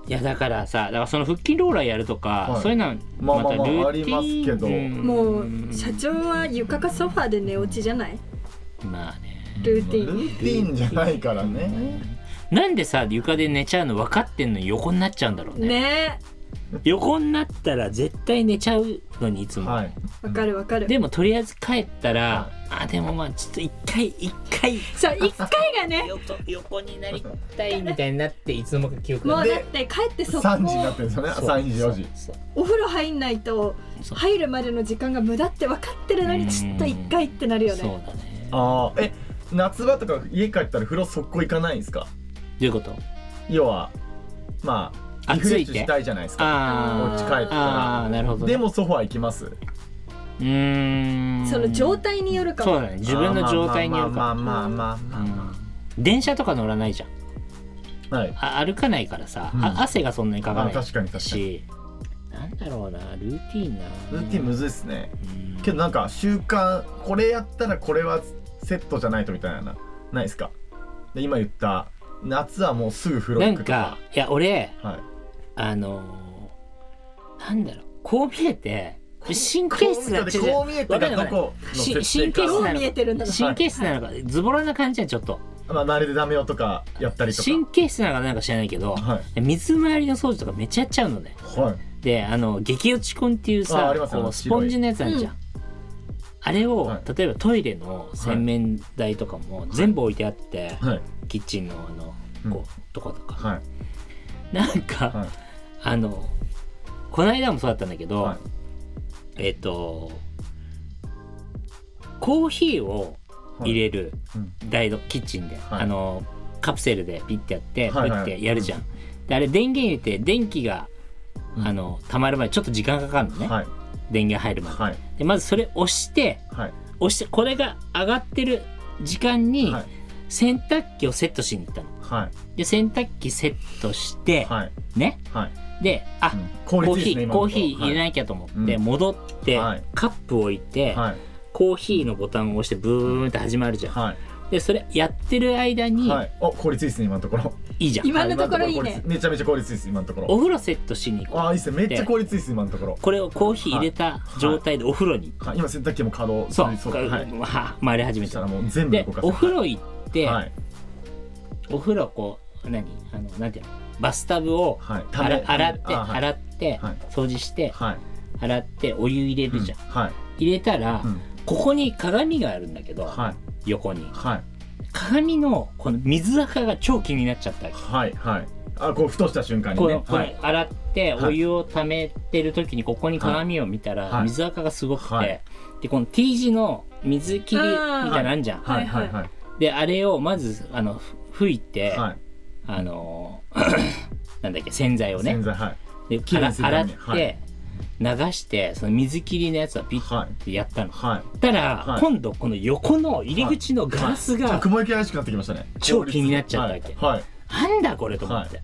S2: いやだからさだからその腹筋ローラーやるとか、
S4: はい
S2: そういうのは
S4: まあまあまあ
S2: ルー
S4: ありますけど
S2: ん
S3: もう社長は床かソファーで寝落ちじゃない
S2: まあね
S3: ルーティン
S4: ルーティンじゃないからね
S2: なんでさ床で寝ちゃうの分かってんのに横になっちゃうんだろうね
S3: ね
S2: 横になったら絶対寝ちゃうのにいつも、
S4: はい
S3: わかるわかる
S2: でもとりあえず帰ったら、あでもまあちょっと一回一回
S3: そう一回がね
S2: よと横になりたいみたいになっていつの間にか記憶
S3: も
S2: が
S3: うだって帰ってそこ
S4: 3時になってるんですよね
S2: そう
S4: 3時4時
S2: そう
S3: お風呂入んないと
S2: そう
S3: 入るまでの時間が無駄って分かってるのにちょっと一回ってなるよ
S2: そう
S3: ね
S2: だねど
S4: ああえ夏場とか家帰ったら風呂速攻行かないんですか
S2: ういうこと
S4: 要はまあリフレ
S2: 暑
S4: ッ
S2: い
S4: シ
S2: て
S4: ュしたいじゃないですかお
S2: あ
S4: 家帰
S2: ー
S4: った
S2: あー
S4: ら
S2: なるほどね
S4: でもソファー行きます
S2: うーん
S3: その状態によるか
S2: そう
S3: も
S2: だね自分の状態による
S4: まあ
S2: か
S4: まあまあまあまあまあま
S2: うん電車とか乗らないじゃん
S4: あはい
S2: あ歩かないからさ、
S4: うん
S2: あ汗がそんなにかか
S4: あ
S2: ない
S4: 確かに確かに
S2: しなんだろうなルーティンな
S4: ルーティンむずいっすね
S2: うん
S4: けどなんか習慣これやったらこれはセットじゃないとみたいなのないですかで今言った夏はもうすぐ風呂
S2: な
S4: 行
S2: ん
S4: くと
S2: か
S4: か
S2: いや俺
S4: はい
S2: あのーなんだろうこう見えて神
S4: こ
S2: 経質な
S4: う見て
S2: 違う違う
S4: こう見えて
S2: わかん
S4: る
S2: ない
S4: どこの
S2: し
S4: 設定
S2: 神経
S4: か
S2: 質
S3: ど
S2: な
S3: う見えてるんだろう
S2: 神経質なのか、ズボラな感じはちょっと
S4: まあ慣れてダメよとかやったりとか
S2: 神経質なのかなんか知らないけど
S4: はい
S2: 水回りの掃除とかめっちゃやっちゃうのね
S4: はい
S2: であの激落ちコンっていう
S4: あ
S2: さ
S4: ありますよ
S2: こう
S4: 白
S2: スポ
S4: い
S2: ンジのやつあるじゃん、あれを、
S4: は
S2: 例えばトイレの洗面台とかも全部置いてあって、
S4: はい
S2: キッチンのあの
S4: うん
S2: こうとことか、
S4: はい
S2: なんか、
S4: はい
S2: あのこの間もそうだったんだけど、
S4: はい
S2: えっ、とコーヒーを入れる
S4: うん
S2: 台のキッチンで、
S4: はい
S2: あのカプセルでピッてやって、
S4: はいはい
S2: ピッてやるじゃん、であれ電源入れて電気があの溜まるまでちょっと時間かかるのね、
S4: はい
S2: 電源入るまで,、
S4: はい
S2: でまずそれ押して
S4: はい
S2: 押してこれが上がってる時間に
S4: はい
S2: 洗濯機をセットしに行ったの
S4: は
S2: で洗濯機セットして、
S4: いはい
S2: ね
S4: はい
S2: であ、
S4: うん
S2: コ
S4: 効
S2: ー
S4: 率い
S2: ヒ
S4: いで
S2: ー
S4: すね今
S2: コ
S4: の
S2: ー
S4: と
S2: ヒ
S4: こ
S2: ー入れ
S4: は
S2: なきゃと思って、
S4: うん
S2: 戻って、
S4: はい
S2: カップ置いて、
S4: いはい
S2: コーヒーのボタンを押してブーンって始まるじゃん、
S4: は
S2: でそれやってる間
S4: い
S2: に、
S4: はいお効率いいですね今のところ
S2: いいじゃん
S3: 今のところ
S4: はい
S3: い
S4: 今の
S3: ね
S4: ところ効率めちゃめちゃ効率いいです今のとこ
S2: お
S4: ろ
S2: 風呂セットしに行こう
S4: ああいいっすねめっちゃ効率いいです今のところ
S2: これをコーヒー入れた状態でお風呂に、
S4: はい今洗濯機も稼働
S2: そう
S4: そ
S2: そうう、
S4: はい
S2: は回り始
S4: そ
S2: め
S4: した
S2: た
S4: らもう全部動
S2: で
S4: かせる
S2: お風呂行って、
S4: はい
S2: お風呂こう何あのなんていうのバスタブを
S4: はいた
S2: 洗
S4: め
S2: 洗って、
S4: あはい
S2: 洗って、
S4: はい
S2: 掃除して
S4: はい
S2: 洗ってお湯入れるじゃん、
S4: うんはい
S2: 入れたら、
S4: うん
S2: ここに鏡があるんだけど、
S4: はい
S2: 横に
S4: はい
S2: 鏡のこの水垢が超気になっちゃったわけ
S4: はいはいあこうふとした瞬間に
S2: こ
S4: ね
S2: のこ
S4: は
S2: れ
S4: い
S2: 洗って
S4: はい
S2: お湯を溜めてる時にここに鏡を見た
S4: は
S2: ら
S4: い
S2: 水垢がすごくて、
S4: はい
S2: でこの T 字の水切りみたいなのあんじゃん、
S4: はいはいはい
S2: であれをまずあのふ拭いて、
S4: はい
S2: あの なんだっけ洗剤をね
S4: 洗剤はい
S2: で
S4: きれ
S2: 洗
S4: いにするた
S2: 洗
S4: め
S2: っ
S4: に
S2: て、流してその水切りのやつはピッ
S4: はい
S2: てやったの、
S4: はい
S2: たら、
S4: はい
S2: 今度この横の入り口のガラス
S4: ちょっと
S2: が、
S4: 雲行き怪しくなってきましたね
S2: 超気になっちゃったわけ
S4: はい、はい
S2: なんだこれと思って、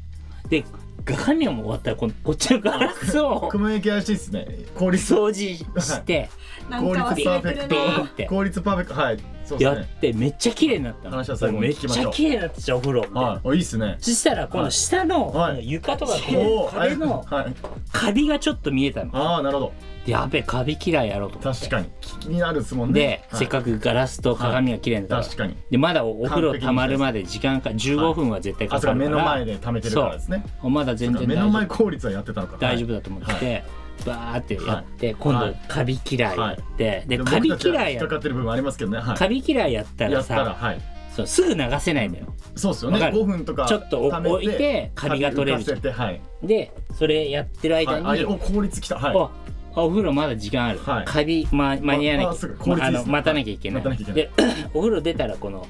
S2: で鏡も終わったらこのこっちのガラスを
S4: 雲行き怪しいですね効率
S2: 掃除して
S3: なんか
S4: 効率パー
S3: 忘
S4: フ
S3: れて
S4: ェク
S3: る
S4: ト
S3: ね
S2: ピンって
S4: 効率パーフェクトはいそうで
S2: や
S4: す
S2: っ
S4: ね
S2: てめっちゃ綺麗になったの
S4: 話は最後に
S2: めっ
S4: 聞き
S2: ち
S4: ましょう
S2: ゃ綺麗になってたお風呂みたいな
S4: はいおいいっすね
S2: そしたらこの下の
S4: はい
S2: あの床とか
S4: お
S2: こう
S4: ーあれ
S2: 壁の
S4: はい
S2: カビがちょっと見えたの
S4: ああなるほど
S2: やべえカビ嫌いやろうと思って
S4: 確かに気になるっすもん
S2: で
S4: ね、
S2: せっ
S4: く
S2: かくガラスと鏡が綺麗になった
S4: 確
S2: から
S4: かに
S2: でまだおお風呂溜まるまで時間か15分は絶対
S4: あ
S2: か
S4: そ
S2: か
S4: れ
S2: るか
S4: 目の前
S2: ら
S4: で貯めてるからですね
S2: まだ全然
S4: 目
S2: 大
S4: の前
S2: 丈夫
S4: 効率はやってたのか
S2: 大丈
S4: 夫
S2: 夫だと思ってバーってやって
S4: は
S2: 今度
S4: い
S2: カビ嫌いやってで
S4: で
S2: カ
S4: カ
S2: ビ
S4: ビ嫌
S2: 嫌い
S4: い引っ
S2: や
S4: かかってる部分ありますけどねはい
S2: カビ嫌いやった
S4: や
S2: ら
S4: ったら
S2: さ
S4: はい
S2: そうすぐ流せないのよ
S4: そうっすよ
S2: わか
S4: ね
S2: る
S4: 5分とか
S2: ちょっと
S4: 貯め
S2: 置いてカビが取れる
S4: 浮かせてはい
S2: でそれやってる間に
S4: はいあお効率きたはい
S2: おお風呂まだ時間ある、
S4: はい
S2: カビ、ま、間に合わな
S4: ああ
S2: き
S4: そ
S2: ゃ
S4: うか効率
S2: まあ
S4: いいっ
S2: の
S4: すね
S2: 待たなきゃいけない
S4: 待たなきゃいけ
S2: で お風呂出たらこの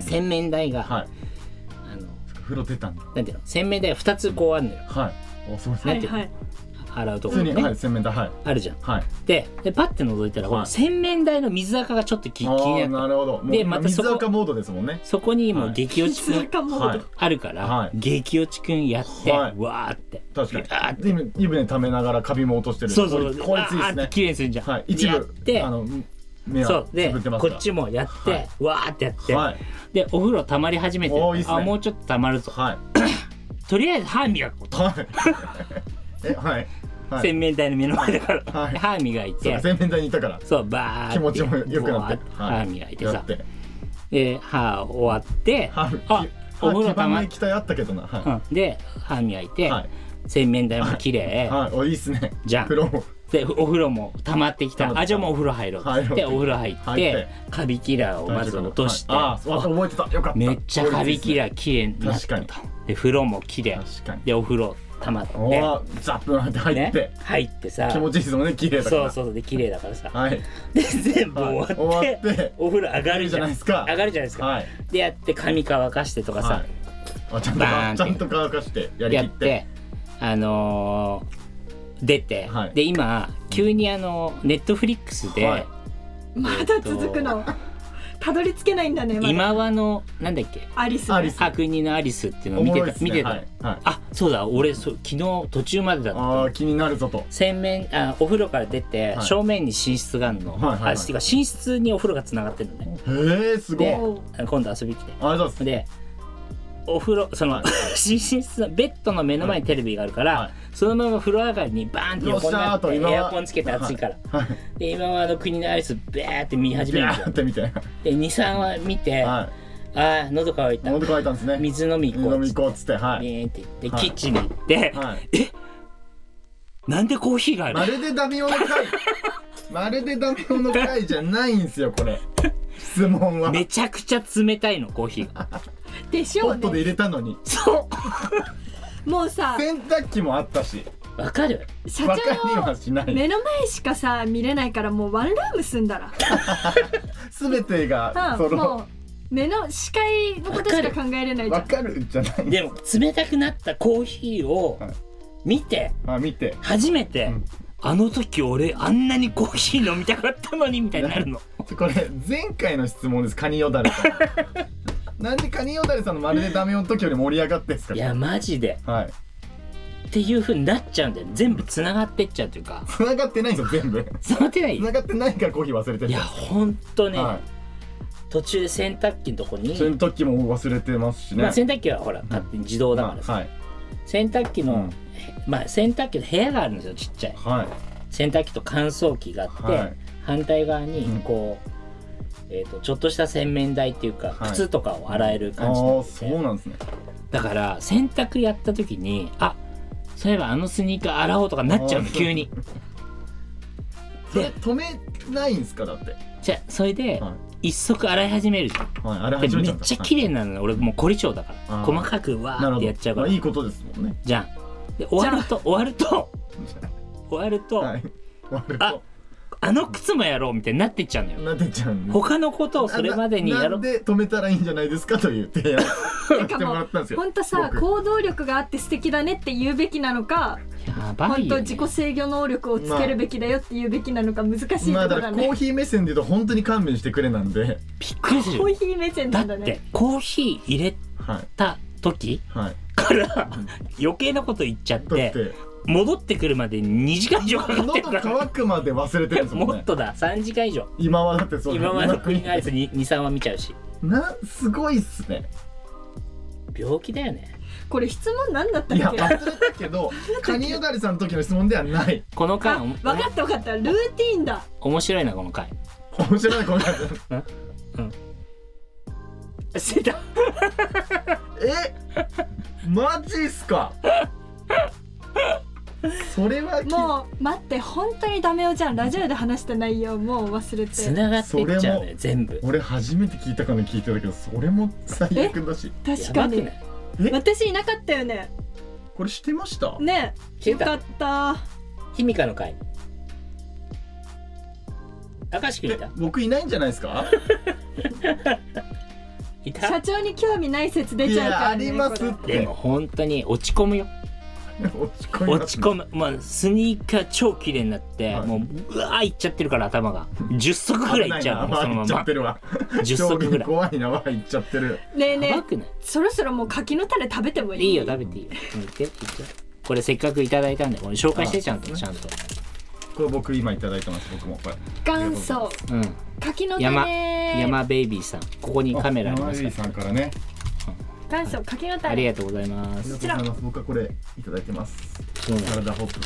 S2: 洗面台が、
S4: はい
S2: あの
S4: 風呂出たんだ
S2: なんていうの洗面台が2つこうあるのよ
S4: はいおそうです
S3: は
S4: ね
S3: いはい
S2: 洗うとこ
S4: 普
S2: ろ
S4: 通に
S2: ね、
S4: はい洗面台はい
S2: あるじゃん
S4: はい
S2: ででパッて覗いたら、この
S4: はい
S2: 洗面台の水垢がちょっと気気
S4: あー
S2: になっ
S4: な
S2: た
S4: るほどもう
S2: で
S4: 今
S2: またそ
S4: 水
S2: こ
S4: 垢モードですもんね
S2: そこにも
S4: は
S2: う
S4: い
S2: 激落ちくん
S3: かも
S4: はい
S2: あるから、
S4: はい
S2: 激落ちくんやって、
S4: はい
S2: わーって
S4: 確
S2: ビラー
S4: か
S2: って
S4: にで今湯船溜めながらカビも落としてる
S2: そうそうそう
S4: 効率いい
S2: わーっ
S4: です
S2: て
S4: ね
S2: 綺麗にするじゃん、
S4: はい
S2: で
S4: 一
S2: やっ
S4: 部
S2: て
S4: あの目
S2: そ
S4: は
S2: うで
S4: つぶってます
S2: こ
S4: か
S2: っちもやって、
S4: はい
S2: わーってやって、
S4: らはい
S2: でお風呂溜まり始めてる
S4: おーいいっすね
S2: あもうちょっと溜まるぞ
S4: はい
S2: とりあえず歯磨こうと、
S4: はいえはいはい
S2: 洗面台の目の前だから、
S4: はい
S2: 歯磨い
S4: そう
S2: てそ
S4: か
S2: う
S4: 洗面台にいたから
S2: バーって
S4: 気持ちも良くなって
S2: ブワー
S4: はい
S2: 歯磨いて
S4: や
S2: さ
S4: って
S2: で歯終わって、
S4: は
S2: あ
S4: い
S2: お風呂
S4: 基
S2: 溜
S4: 盤
S2: ま
S4: の
S2: っ
S4: 液体あったけどなはい
S2: うん、で歯磨いて、
S4: はい
S2: 洗面台も綺麗、
S4: はいおいいっすね
S2: じゃん
S4: 風呂も
S2: でお風呂も溜まってき
S4: 溜まったてきた
S2: あじゃあもうお風呂入ろうっつって
S4: 入ろ
S2: お
S4: う
S2: 風呂入って
S4: 入って
S2: カビキラーをまず落として、
S4: はいあーわ覚えてたよかった
S2: めっちゃカビキラー綺麗になった
S4: 確
S2: とで風呂も綺麗
S4: 確かに
S2: でお風呂溜まって
S4: おおザップなんて入って、
S2: ね、入ってさ
S4: 気持ちいいですもんね綺麗だか
S2: そう
S4: ら
S2: そうそうで綺麗だからさ
S4: はい
S2: で全部終わって,、
S4: 終わって
S2: お風呂上がるじゃない
S4: いいじゃないですか
S2: 上がるじゃないですか、
S4: はい
S2: でやって髪乾かしてとかさ
S4: は、いあちゃんと
S2: バーンって
S4: ちゃんと乾かしてやりき
S2: や
S4: っ
S2: っててあのー出て、
S4: はい
S2: で今急にあのネットフリックスで、
S4: はい
S3: まだ続くのたどり着けないんだねまだ
S2: 今はのなんだっけ
S3: アリスね
S4: アリス
S2: 「悪人のアリス」っていうのを
S4: お
S2: 見
S4: も
S2: て
S4: ろ
S2: た、
S4: いっすね
S2: 見てた、
S4: はいはい
S2: あそうだ俺そう昨日途中までだった
S4: あー気になるぞと
S2: 洗面あお風呂から出て、
S4: はい
S2: 正面に寝室があるの、
S4: はいはいはい
S2: あてか寝室にお風呂がつながってるのね
S4: へえすごい
S2: で
S4: あり
S3: おう
S2: あ今度遊び来て
S4: がとうござい
S2: でお風呂その、
S4: はい
S2: 寝室のベッドの目の前にテレビがあるから、
S4: はい
S2: そのまま風呂上がりにバーンって横になって
S4: よっしゃーと今は
S2: エアコンつけて暑いから、
S4: ますはい
S2: で今はあの国のアリスベーって見始
S4: ビ
S2: める
S4: ャ
S2: じゃ
S4: ーっ
S2: ん
S4: て見てはい
S2: で23話見て、ああ喉乾いた
S4: 喉乾いたんですね
S2: 水飲み行こう
S4: 飲み行こうっつっては
S2: ビー
S4: い
S2: ンって言って、
S4: はい
S2: キッチンに行って、
S4: はい
S2: なんでコーヒーがあ
S4: ま
S2: る
S4: るでダミオの回まるでダミオの回じゃないんですよこれ質問は
S2: めちゃくちゃ冷たいのコーヒーが
S3: でし
S4: ポ
S3: ょう
S4: ットで
S3: ね
S4: 入れたのに
S2: そ
S3: もうさ
S4: 洗濯機もあったし
S2: うわかる
S3: 社
S4: バカに
S3: 長
S4: はしない
S3: 目の前しかさ見れないからもうワンルーム住んだ ら
S4: 全 てが
S3: う
S4: そ
S3: ん、も
S4: の
S3: う目の視界のことしか考えれないじゃ
S4: わ
S3: ん
S4: かるじゃない
S2: でも冷たくなったコーヒーを
S4: はい
S2: 見て
S4: あ見て
S2: 初めて、
S4: うん
S2: あの時俺あんなにコーヒー飲みたかったのにみたいにな るの
S4: これ前回の質問ですカニよだれさんなんでカニよだれさんのまるでダメの時より盛り上がってんすか
S2: いやマジで
S4: はい
S2: っていう風になっちゃうんだよ全部繋がってっちゃうというか
S4: 繋がってないんですよ全部
S2: 繋がって ない
S4: 繋がってないからコーヒー忘れてる
S2: いやほんとね、
S4: は
S2: 途中で洗濯機のとこに、
S4: い洗濯機も忘れてますしね
S2: まあ洗濯機はほら勝手に自動だからさ、
S4: はい
S2: 洗濯機
S4: う
S2: の、
S4: ん
S2: まあ洗濯機の部屋があるんですよちっちゃい
S4: はい
S2: 洗濯機と乾燥機があって、
S4: はい
S2: 反対側に
S4: うん
S2: こう、えー、とちょっとした洗面台っていうか、
S4: はい
S2: 靴とかを洗える
S4: ああ
S2: 感じなん
S4: ー
S2: ですね
S4: そうなんですね
S2: だから洗濯やった時にあそういえばあのスニーカー洗おうとかなっちゃうの
S4: あー
S2: 急に
S4: それ止めないんすかだって
S2: じゃあそれで、
S4: は
S2: 一足洗い始めるじゃん
S4: いはいあれ
S2: で
S4: 始め
S2: め
S4: ちゃう
S2: っ
S4: んだ
S2: ちゃ綺麗なのよ俺もう凝り性だか
S4: あ
S2: ら
S4: ー
S2: 細かくわ
S4: なる
S2: ーって
S4: ほど
S2: やっちゃうか
S4: ま
S2: ら
S4: あいいことですもんね
S2: じゃんで終わると終わると終わると、
S4: はい終わる
S2: あ
S4: と
S2: あの靴もやろうみたいになってっちゃうのよ
S4: なでちゃん
S2: 他のことをそれまでにや
S4: な
S2: ろ
S4: ん
S2: う
S4: で止めたらいいんじゃないですかという提案を してもらったんですよ
S3: ほんとさ
S4: 僕
S3: 行動力があって素敵だねって言うべきなのか
S2: やば
S3: 本
S2: いよ、
S3: 当
S2: ね、
S3: 自己制御能力をつけるべきだよって言うべきなのか難しいとこ
S4: まあ
S3: ろ
S4: だ
S3: だ
S4: からコ
S3: ね
S4: ーヒー目線で言うと本当に勘弁してくれなんで
S2: びっくりす
S3: コー
S2: る
S3: ヒー目線
S2: だ
S3: なんだ
S2: って
S3: ね
S2: コーヒー入れ
S4: はい
S2: た時
S4: はい
S2: から余計なこと言っちゃっ
S4: だって
S2: 戻ってくるまでに2時間以上かかってる
S4: 喉
S2: から
S4: 乾くまで忘れてるんですもん
S2: もっ
S4: ね
S2: とだ3時間以上
S4: 今はだってそう
S2: 今まで国のアイス23は見ちゃうし
S4: なすごいっすね
S2: 病気だよね
S3: これ質問なんだった
S4: いや
S3: っ
S4: 忘
S3: け
S4: れたけどカニよだれさんの時の質問ではない
S2: この間
S3: あ分かった分かったルーティーンだ
S2: 面白いなこの回
S4: 面白いこの方
S2: してた
S4: えマジっ すかそれはき
S3: もう待って本当にダメよじゃんラジオで話した内容もう忘れ
S2: つ
S3: て
S2: ながってっちゃうね全部
S4: 俺初めて聞いたから聞いてたけどそれも最悪だし
S3: 確かに私いなかったよね
S4: これしてました
S3: ね
S2: して
S3: よか
S2: た
S3: った
S2: ひみかの回明石君い
S4: え
S2: た
S4: 僕いないんじゃないですか
S2: いた
S3: 社長に興味ない説出
S4: い
S3: ちゃうか
S4: やあ
S3: ら、ね、
S4: ります
S3: こ
S4: っ
S3: れ
S2: で
S4: て
S2: も本当に落ち込むよ
S4: 落ち込み
S2: 落
S4: ます
S2: ち込むまあスニーカー超綺麗になって、
S4: はい
S2: もううわーいっちゃってるから頭が10足ぐらいいっちゃう
S4: 危
S2: もう
S4: な
S2: そのま
S4: いなわいっちゃ
S2: ま
S4: ってるわ
S2: 10足ぐらい
S4: 怖いなわいっちゃってる
S3: ねえ
S2: やば
S3: ね
S2: くない
S3: えそろそろもう柿の種食べてもいい
S2: いいよ食べていいよ見て見てこれせっかくいただいたんでこれ紹介してちゃんと
S4: あ
S2: ちゃんと
S4: これ僕今いただいてます僕もこれ
S3: 元祖
S2: うん
S3: 柿の
S2: 山
S3: 種
S2: 山ベイビーさんここにカメラありま
S4: あ
S2: す
S4: 山
S2: か
S4: 井さんからね
S3: 元祖柿の
S2: らあり
S3: 種
S2: がとうございま
S4: あり
S2: す
S4: がとうございます僕はこれいただいてます
S2: そうなの
S4: サラダホップ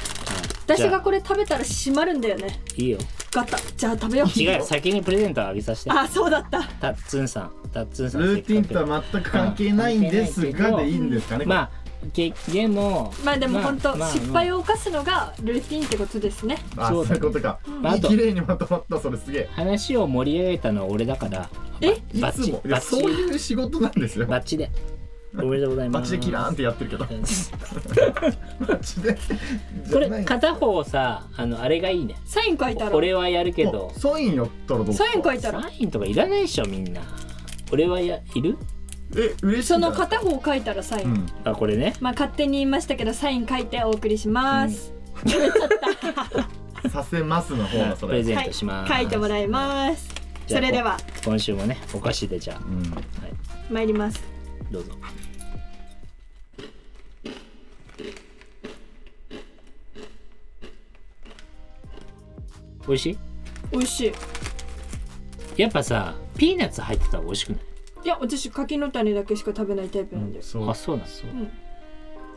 S3: 私
S2: じゃ
S3: が
S2: あ
S3: これ食べたら閉まるんだよね
S2: いいよ
S3: ガタじゃあ 食べよう
S2: 違うよ先にプレゼントをあげさせて
S3: あそうだった
S2: タッツンさんタッツンさん
S4: ルーティンと
S2: せっか
S4: は全く関係ないんです
S2: うん関係
S4: が
S2: ないけど
S4: でいいんですかね
S2: くまあけでも
S3: まあでも本当、
S2: まあ
S3: 失敗を犯すのがルーティーンってことですね
S4: あ
S2: そ
S4: そうう
S2: だ
S4: いうことか
S3: うん
S2: まあ
S4: いい
S2: あと
S4: 綺麗にまとまったそれすげえ
S2: 話を盛り上げたのは俺だから
S3: え
S4: い
S2: バッ
S4: つ
S2: チ
S4: もい
S2: バ
S4: や
S2: ッチ
S4: そういう仕事なんですよ
S2: バッチでおめでとうござい
S4: バ
S2: ます
S4: チでキラーンってやってるけどバチで
S2: こ
S4: じゃな
S2: れ
S4: い
S2: 片方さあのあれがいいね
S3: サイン書いたら
S2: 俺はやるけど
S4: おサインやったらどうですか
S3: サイン書いたら
S2: サインとかいらないでしょみんな俺はやいる
S4: え嬉しい
S3: そ
S4: んじゃ
S3: の
S4: ない
S3: 片方書いたらサイン、
S4: うん
S2: あこれね
S3: まあ勝手に言いましたけどサイン書いてお送りします、
S4: させますの方だそ
S2: プレ
S4: れ
S2: ゼン
S3: は
S2: ト
S3: い
S2: します、
S3: 書いてもらいます
S2: じゃあ
S3: それでは
S2: 今週もねお菓子でじゃ
S4: うん
S2: あ、はい、
S3: 参ります
S2: どうぞ美味しい
S3: 美味しい
S2: やっぱさピーナッツ入ってたら美味しくない
S3: いや私柿の種だけしか食べないタイプなんで、
S4: そう
S2: あそうなん
S4: そう
S3: うん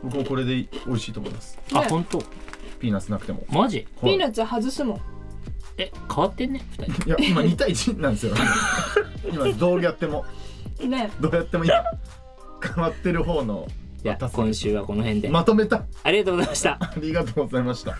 S4: 僕もこれで美味しいと思います
S2: あ
S3: ね
S2: 本当
S4: ピーナッツなくても
S2: マジ
S4: はい
S3: ピーナッツは外すもん
S2: え変わってんね二 人
S4: いや今2対1なんですよ今どうやっても
S3: ね
S4: どうやっても今変わってる方の
S2: じゃあ
S4: 渡す
S2: 今週はこの辺で、
S4: まとめた
S2: ありがとうございました
S4: ありがとうございました